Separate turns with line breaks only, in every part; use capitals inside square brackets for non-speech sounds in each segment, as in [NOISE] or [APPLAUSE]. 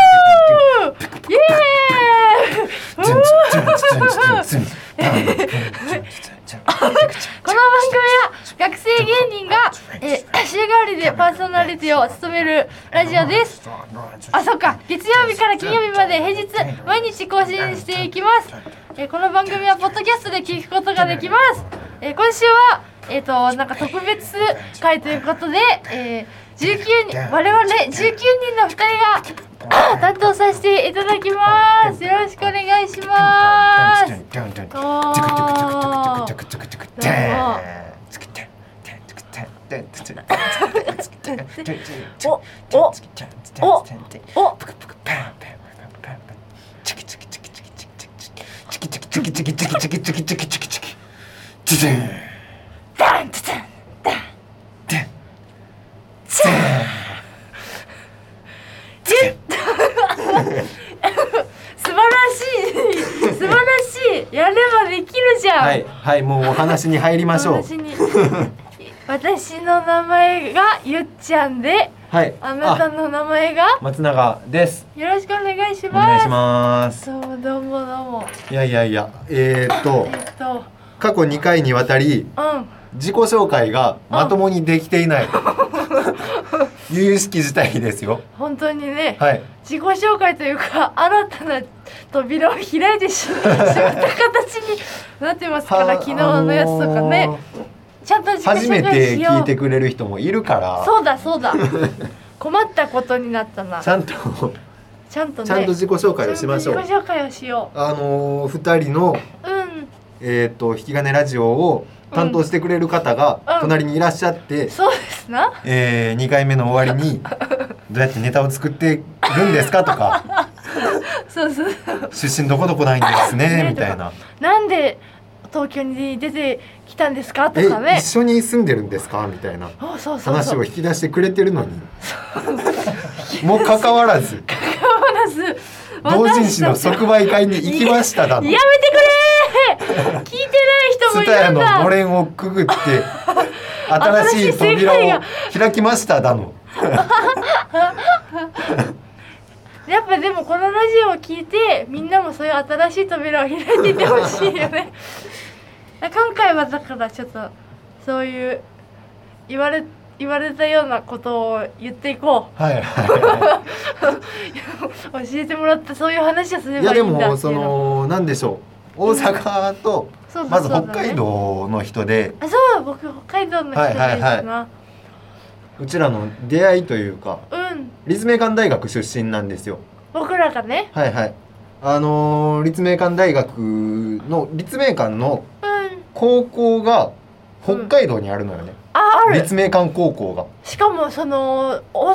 イエーイこの番組は学生芸人がえー週替わりでパーソナリティを務めるラジオですあそっか月曜日から金曜日まで平日毎日更新していきます [CLEARS THROAT] えーこの番組はポッドキャストで聞くことができますえー今週はえっ、となんか特別会ということで、えー、19人我々19人の2人があ担当させていただきますよろしくお願いしますおダンダン [LAUGHS] 素晴らしい素晴らしいやればできるじゃん、
はい、はい、もうお話に入りましょう。
私に [LAUGHS] 私の名前がゆっちゃんで
はい、
あなたの名前が
あ松永です。
よろしくお願いし
お願
ま
い
す
します。
どうもどうもどうも
いやいやいや、えー、っと
え、っと
過去2回にわたり、
うん
自己紹介がまともにできていない。由々しき事態ですよ。
本当にね、
はい。
自己紹介というか新たな扉を開いてししまった形になってますから昨日のやつとかね、
あのー
ちゃんと自己
初め
紹介
て
しよう
聞いてくれる人もいるから。
そうだそう
[LAUGHS]
だ困ったことになったな
ちゃんと、
ちゃんとね
ちゃんと自己紹介をしましょ
ち
う
ゃんと。自己紹介をしよ
あのー、二人の、
ううん
えー、っと、引き金ラジオを担当してくれる方が
うん
隣にいらっしゃって。
そうですな
えー、2回目の終わりにどうやってネタを作ってるんですかとか
そうそう
出身どこどこないんですね
ね
みたいな
[LAUGHS] なんで東京に出てきたんですかとか
え
ね
一緒に住んでるんですかみたいな
あそうそう
話
そう
を引き出してくれてるのに [LAUGHS] もかかわら [LAUGHS] ず
まず
同人誌の即売会に行きましただ
や
の
めてくれー聞いてない人も
ツ
い
タヤ
るん
の
だ
のれんをく [LAUGHS] ぐって新しい扉を開きましただの
やっぱでもこのラジオを聞いてみんなもそういう新しい扉を開いていってほしいよ
[LAUGHS]
ね今回はだからちょっとそういう言われ言われたようなことを言っていこ
はいはい [LAUGHS] は
う教えてもらったそういう話をすれ
いいや
ばい
で
いんだ
も
ってい
そう
の
のなんでしょう大阪と
そうだ
まず
そうだ
北
ね
海道の人で
あそう僕北海道の人ですな、
はいはいはうちらの出会いというか
うん
立命館大学出身なんですよ
僕らがね
はいはいあのー立命館大学の立命館の
うん
高校が北海道にあるのよね、
あある
立命館高校
しかもその大阪
う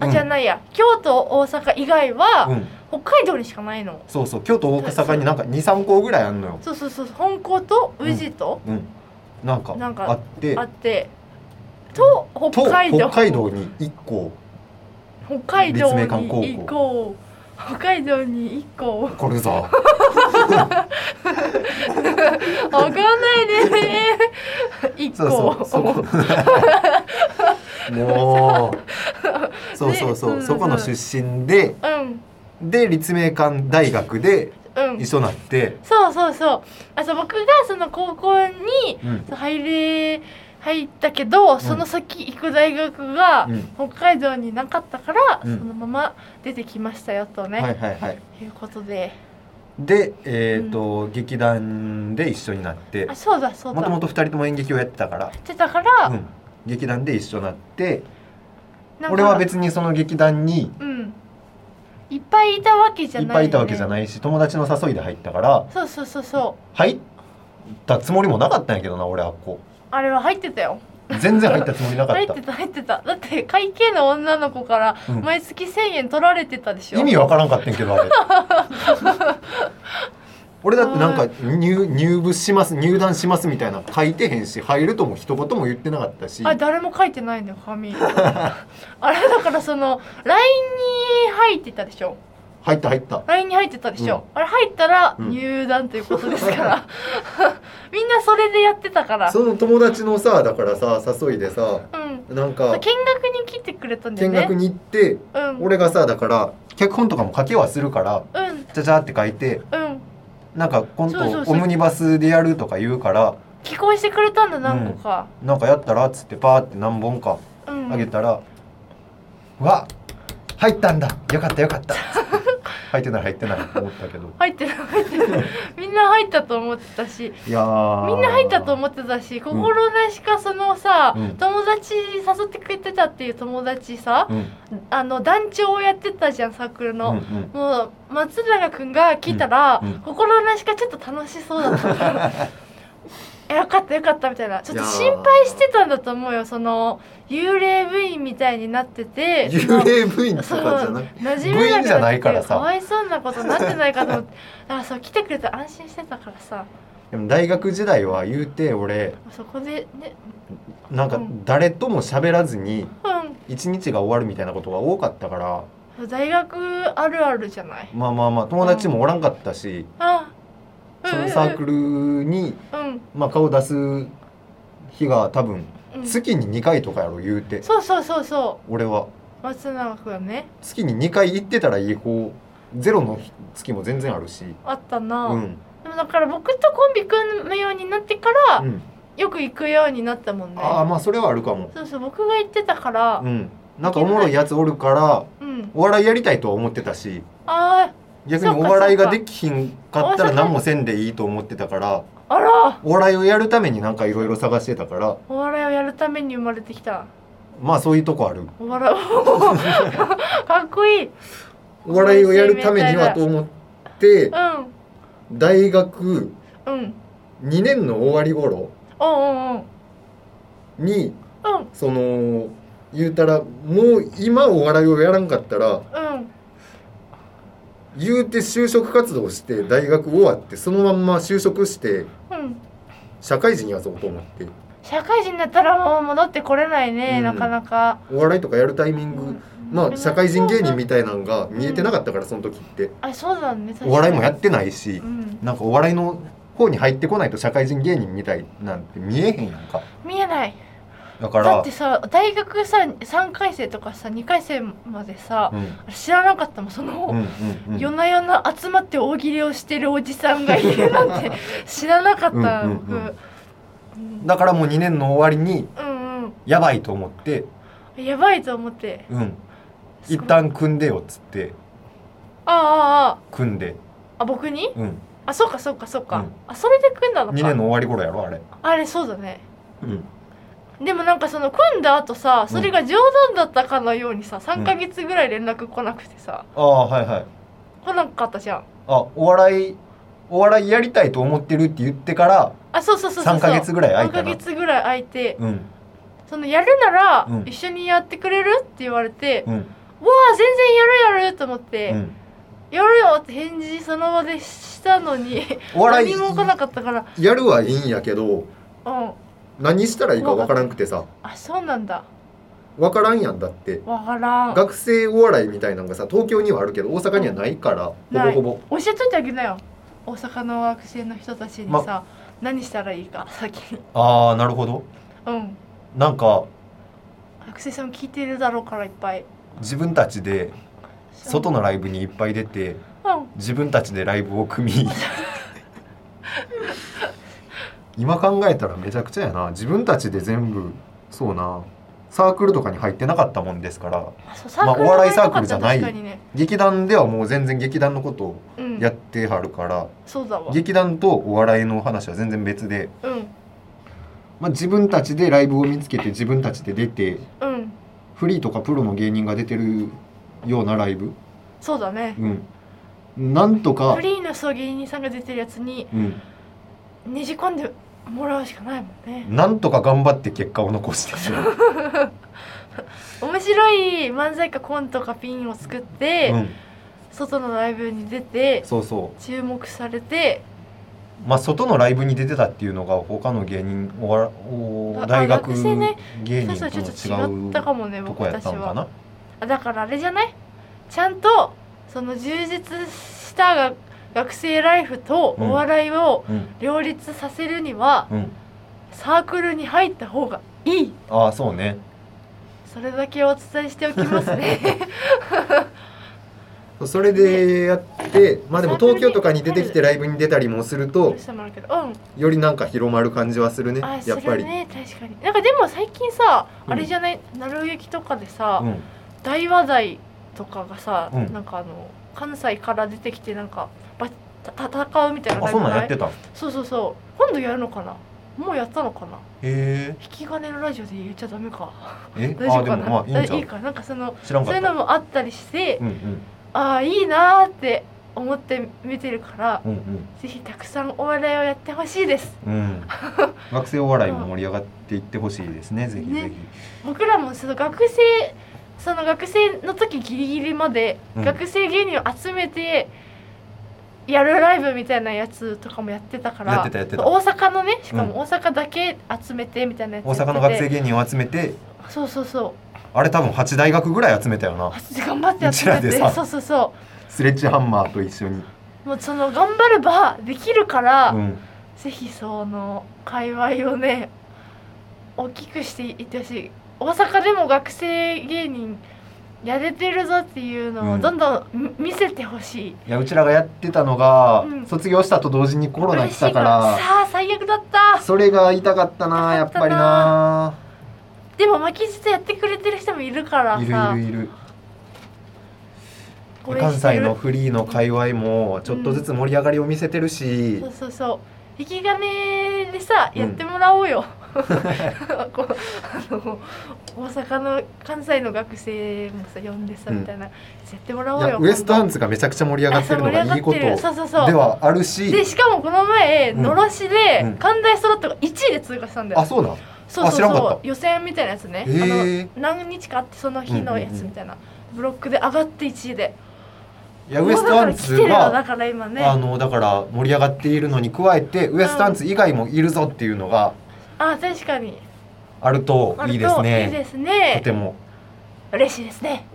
あ
ん
じゃないや、京都大阪以外は、
がうん
北海道にしかないの
そうそう京都大阪になんか23校ぐらいあるのよ
そうそうそう本校と宇治と
うんなんか
なんか
あって
あって、と
と
北海道
北海道に1校
北海道に
立命館
行
高
こう北海道に行こう
来るぞ
わかんないね行
そう
こ [LAUGHS]
そう
う
そこもうそうそうそう、
ね
そこの出身で、
うん
で立命館大学で
うん
一緒になって、
そうそうそうあそう僕がその高校に
うん
入れ入ったけどその先行く大学が
うん
北海道になかったから、
うん
そのまま出てきましたよとね、
はい
い
はいはい。
うことで
で、えっ、と、劇団で一緒になって
あ、そうだそうだ
もともと二人とも演劇をやってたから、
ってたから、
うん、劇団で一緒になって、
なんか
俺は別にその劇団に
うんいっぱいいたわけじゃ
いっ
ない、
ぱいいたわけじゃ
い
ないし、友達の誘いで入ったから、
そうそうそうそう
入ったつもりもなかったんやけどな、俺はこ
あれは入ってたよ
う全然入ったつもりな
[LAUGHS]
か
入
っ
ったて。た入ってただって会計の女の子から
うん
毎月1000円取られてたでしょ、
意味わからんかったんや
[LAUGHS]
けどあれ俺だってなんか入入部します入団しますみたいな書いてへんし入るとも一言も言ってなかったし
あ誰も書いてないん
[LAUGHS]
だよ紙あれだからその LINE に入ってたでしょ
入った入った。
LINE に入ってたでしょ、あれ入ったら入団ということです
[LAUGHS]
から、みんなそれでやってた [LAUGHS] からう
その友達のさだからさ誘いでさ
ん
なん
見
か
学に来てくれたんだよ
見
ね
学に行って
うん
俺がさだから脚本とかも書きはするから
うん
ちゃちゃって書いて
うん
なんか今
そうそう
度
そう
オムニバスでやるとか言うから
寄稿してくれたんだ何個か、
なんかやったらっつってパーって何本か
うん
あげたら、うわ入ったんだよかったよ
[LAUGHS]
かった入ってない入ってないと思ったけど
入ってる入ってる
[LAUGHS]
みんな入ったと思ってたし
いやー
みんな入ったと思ってたし心なしかそのさ、
うん
友達誘ってくれてたっていう友達さ、
うん
あの団長をやってたじゃんサークルの、
うんうん
もう松永くんが聞いたら、
うんうん
心なしかちょっと楽しそうだった [LAUGHS] からえよかったよかったみたいなちょっと
いやー
心配してたんだと思うよその幽霊部員みたいになってて
幽霊部員と
そう
かじゃなく
馴染めなくなって
部員じゃないからさ
かわいそうなことになってないかと思って
[LAUGHS]
だからそう来てくれたら安心してたからさ
でも大学時代は言うて俺
そこでね
なんか
うん
誰とも喋らずに
う
一日が終わるみたいなことが多かったから
ん大学あるあるじゃない
まあまあまあ友達もおらんかったし、
あ
そのサーク
ル
ルに、
うん
まあ、顔出す日が多分
うん
月に2回とかやろ言うて
そうそうそうそ
俺は
う松永くんはね
月に2回行ってたらいい方ゼロの月も全然あるし
あったな、
うん
でもだから僕とコンビ組むようになってから、
うん
よく行くようになったもんね
ああまあそれはあるかも
そうそう僕が行ってたから
うんなんかおもろいやつおるから
うん、
お笑いやりたいとは思ってたし
あ
逆にお笑いができひんかったら何もせんでいいと思ってたから
ああら
お笑いをやるためになんかいろいろ探してたから
お笑いをやるために生まれてきた
まあそういうとこある
お笑い [LAUGHS] かっこいいうん
お笑いをやるためにはと思って大学
うん
2年の終わり頃
おうんうん
に
うん
その言うたらもう今お笑いをやらんかったら
うん
言うて就職活動して大学終わってそのまんま就職して
うん
社会人やぞうと思って
社会人になったらもう戻ってこれないね、
うん
なかなか、
お笑いとかやるタイミングまあ社会人芸人み
た
たいなんが見えてなかったからその時って
あそうだね確か
お
に
笑いもやってないし
うん
なんかお笑いの方に入ってこないと社会人芸人みたいなんて見えへんやんか
見えない
だか
だっ
ら
てさ大学さ3回生とかさ2回生までさ
うん
知らなかったもんその、
うんうんう
夜
ん
な夜な集まって大喜利をしてるおじさんがいるなん
[LAUGHS]
て知らなかった
うん
僕
うんう
う
ん
ん
だからもう2年の終わりに
うん
やばいと思って
うんやばいと思って
うん一旦組んでよっつって
ああああ
組んで
あ僕に
うん
あそうかそうかそうか、
うん
あそれで組んだの
2
か
年の終わり頃やろあれ
あれそうだね
うん
でもなんかその組んだ後さそれが冗談だったかのようにさ3ヶ月ぐらい連絡来なくてさ
ああはいはい
来なかったじゃん
あお笑いお笑いやりたいと思ってるって言ってから
あそうそうそうそう
3ヶ月ぐらい空い
3
た
ヶ
な
月ぐらい空いて
うん
そのやるなら
うん
一緒にやってくれるって言われて、
うん
わあ全然やるやると思って、
うん
やるよって返事その場でしたのに
お [LAUGHS] 笑い
何も来なかったから
やるはいいんやけど
うん
何したらいいかわからんくてさ
あそうなんだ
わからんやんだって
わからん教
学生お笑いみたいなのがさ東京にはあるけど大阪にはないから、
ない
ほぼほ
えといてあげなよ大阪の学生の人たちにさ、何したらいいか先に
ぼああなるほど
うん
なんか
学生さん聞いてるだろうからいっぱい
自分たちで外のライブにいっぱい出て
うん
自分たちでライブを
[LAUGHS]
組み今考えたらめちゃくちゃやな自分たちで全部そうなサークルとかに入ってなかったもんですから
そうサ
まあ
ークル
お笑いサークルじゃない
とかって確かにね、
劇団ではもう全然劇団のことを
うん、
やってはるから、
そうだわ
劇団とお笑いの話は全然別で、
うん
まあ、自分たちでライブを見つけて自分たちで出て
うん
フリーとかプロの芸人が出てるようなライブ、
そうだね
うん、なんとか
フ、リーのそう芸人さんが出てるやつに
うん、
ねじ込んでもらうしかないもんね
なんとか頑張って結果を残して
[LAUGHS]
しまう。
面白い漫才かコントかピンを作って、
うん
外のライブに出て
そうそ
注目されて
うまあ外のライブに出てたっていうのが他の芸人おわお
あ
大学
学生ね
芸
そう
人
そうちょっと
との違
違
う
ったかもね
と
僕
こや
た
っ
ち
たのか
は
な
あだからあれじゃないちゃんとその充実したが学生ライフとお笑いを
うん
両立させるには
うん
サークルに入った方がいい
ああそうね
それだけお伝えしておきますね
[LAUGHS] それでやってまあでも東京とかに出てきてライブに出たりもすると
してもらうけどうん
よりなんか広まる感じはするね
あ
や
そ
っ
れは
ぱり。
ね確かになんかでも最近さ
うん
あれじゃないなるゆきとかでさ、
うん
大話題とかがさ、
うん
なんかあの関西から出てきてなんかばた戦うみたいな
あそんなんやって
い
たんへ
そうそうそう今度やるのかなもうやったのかな
え
引き金のラジオで言っちゃダメか [LAUGHS]
え
大丈
ああ
夫
で
か
も
な
まあいいん
え
ちゃう
かなんかその
知らん
そ
か
うい
っ
うの
た
もあったりして、
うんうん
ああいいなーって思って見てるから、
うんうん
ぜひたくさんお笑いをやってほしいです [LAUGHS]
うん、学生お笑いも盛り上がっていってほしいですね、ぜひ
ね
ぜ
僕らもその学生その学生の時ギリギリまで、
うん
学生芸人を集めてやるライブみたいなやつとかもやってたから
やってたやってた
大阪のねしか
う
も大阪だけ集めてみたいなや
ひ。
つ
大阪の
やっ
学
てて
生芸人を集めて、
そうそうそう
あれ多分8大学ぐらい集めたよな。
頑張ってやって
うちらで
て
さ
そうそうそ
スレッジハンマーと一緒に。
うもうその頑張ればできるから、
うん、
ぜひその界隈をね大きくしていってほしい大阪でも学生芸人やれてるぞっていうの
う
を
ん
どんどんみ見せてほしい
いやうちらがやってたのが、
うん
卒業したと同時にコロナ
嬉
来
しい
た
か
からら。
さあ最悪だった
それが痛かったなやっぱりな
でも巻き舌やってくれてる人もいるから
い
さ
るいるいる
応援
関
して
西
る
のフリーの界隈もちょっとずつ盛り上がりを見せてるし、
そうそうそう引き金でさ
うん
やってもらおう
[LAUGHS]
よ、 [LAUGHS] こうあの大阪の関西の学生もさ呼んでさ、
うん
みたいなやってもらお
いうや
よ
ウエストハン
ズ
ズがめちゃくちゃ盛り上がってるのがいいことで
そうそうそう
はあるし
でしかもこの前
うん
のろしで
うん
関大スロットが1位で通過したんだよ、
あそうなん
そうそう
あ知らんか
そ
っ
う予選みたいなやつね、
へー
あの何日かあってその日のやつみたいな、ブロックで上がって1位で
いやウエストハンズ
もうだから来てるよだ
が
から今ね
あ
あ
のだから盛り上がっているのに加えてウエストハンズ以外もいるぞっていうのが
確かに
あるといいで
あ
す
ると
ね
いいですね
とても
嬉しいですね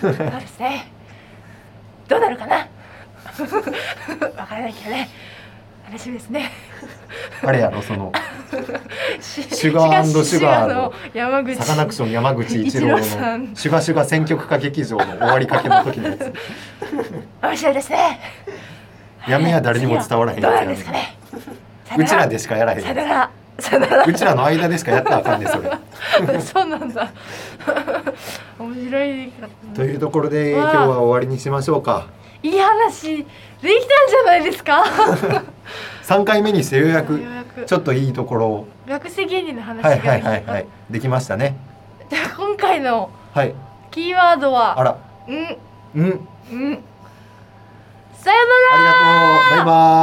そうですねどうなるかな [LAUGHS] わからないけどね楽しみですね
あれやろ
[LAUGHS]
その
シ
シュガーシュガーの
山口
サカナクション山口一郎の
一郎さん
「シュガシュガ選曲歌劇場」の終わりかけの時のやつ
面白いですね
やめや誰にも伝わらへん
どう
や
な
つや
ん
ね
ですかね
[LAUGHS] うちらでしかやらへん
さよ
や
ならさよなら [LAUGHS]
つうちらの間でしかやったらあかんねそれ
そうなんだ [LAUGHS] 面白いかった
というところで今日は終わりにしましょうか
いい話できたんじゃないですか
3回目にしてようやく
ようやく
ちょっといいところを
学生芸人の話が
は
で
い
きた
はいはいはいできましたね
じゃあ今回の
はい
キーワード
あ
は
ら
うん
うん
うんさよなら
ありがとうバイバイ